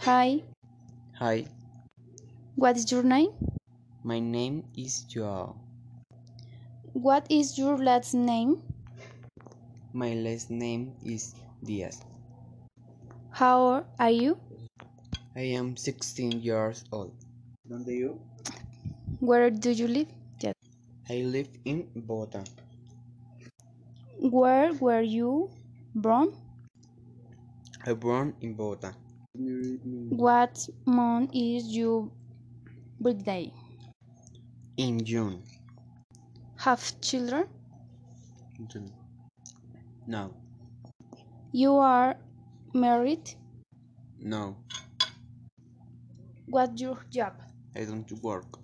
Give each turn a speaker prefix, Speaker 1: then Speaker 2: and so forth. Speaker 1: Hi,
Speaker 2: Hi,
Speaker 1: what is your name?
Speaker 2: my name is Joao.
Speaker 1: What is your last name?
Speaker 2: My last name is Diaz.
Speaker 1: How are you?
Speaker 2: I am 16 years old. ¿Dónde yo?
Speaker 1: Where do you live? Yes.
Speaker 2: I live in Bogota.
Speaker 1: Where were you born?
Speaker 2: I born in Bogota.
Speaker 1: What month is your birthday?
Speaker 2: In June.
Speaker 1: Have children?
Speaker 2: June. No,
Speaker 1: You are married?
Speaker 2: no,
Speaker 1: What's your job?
Speaker 2: I don't work.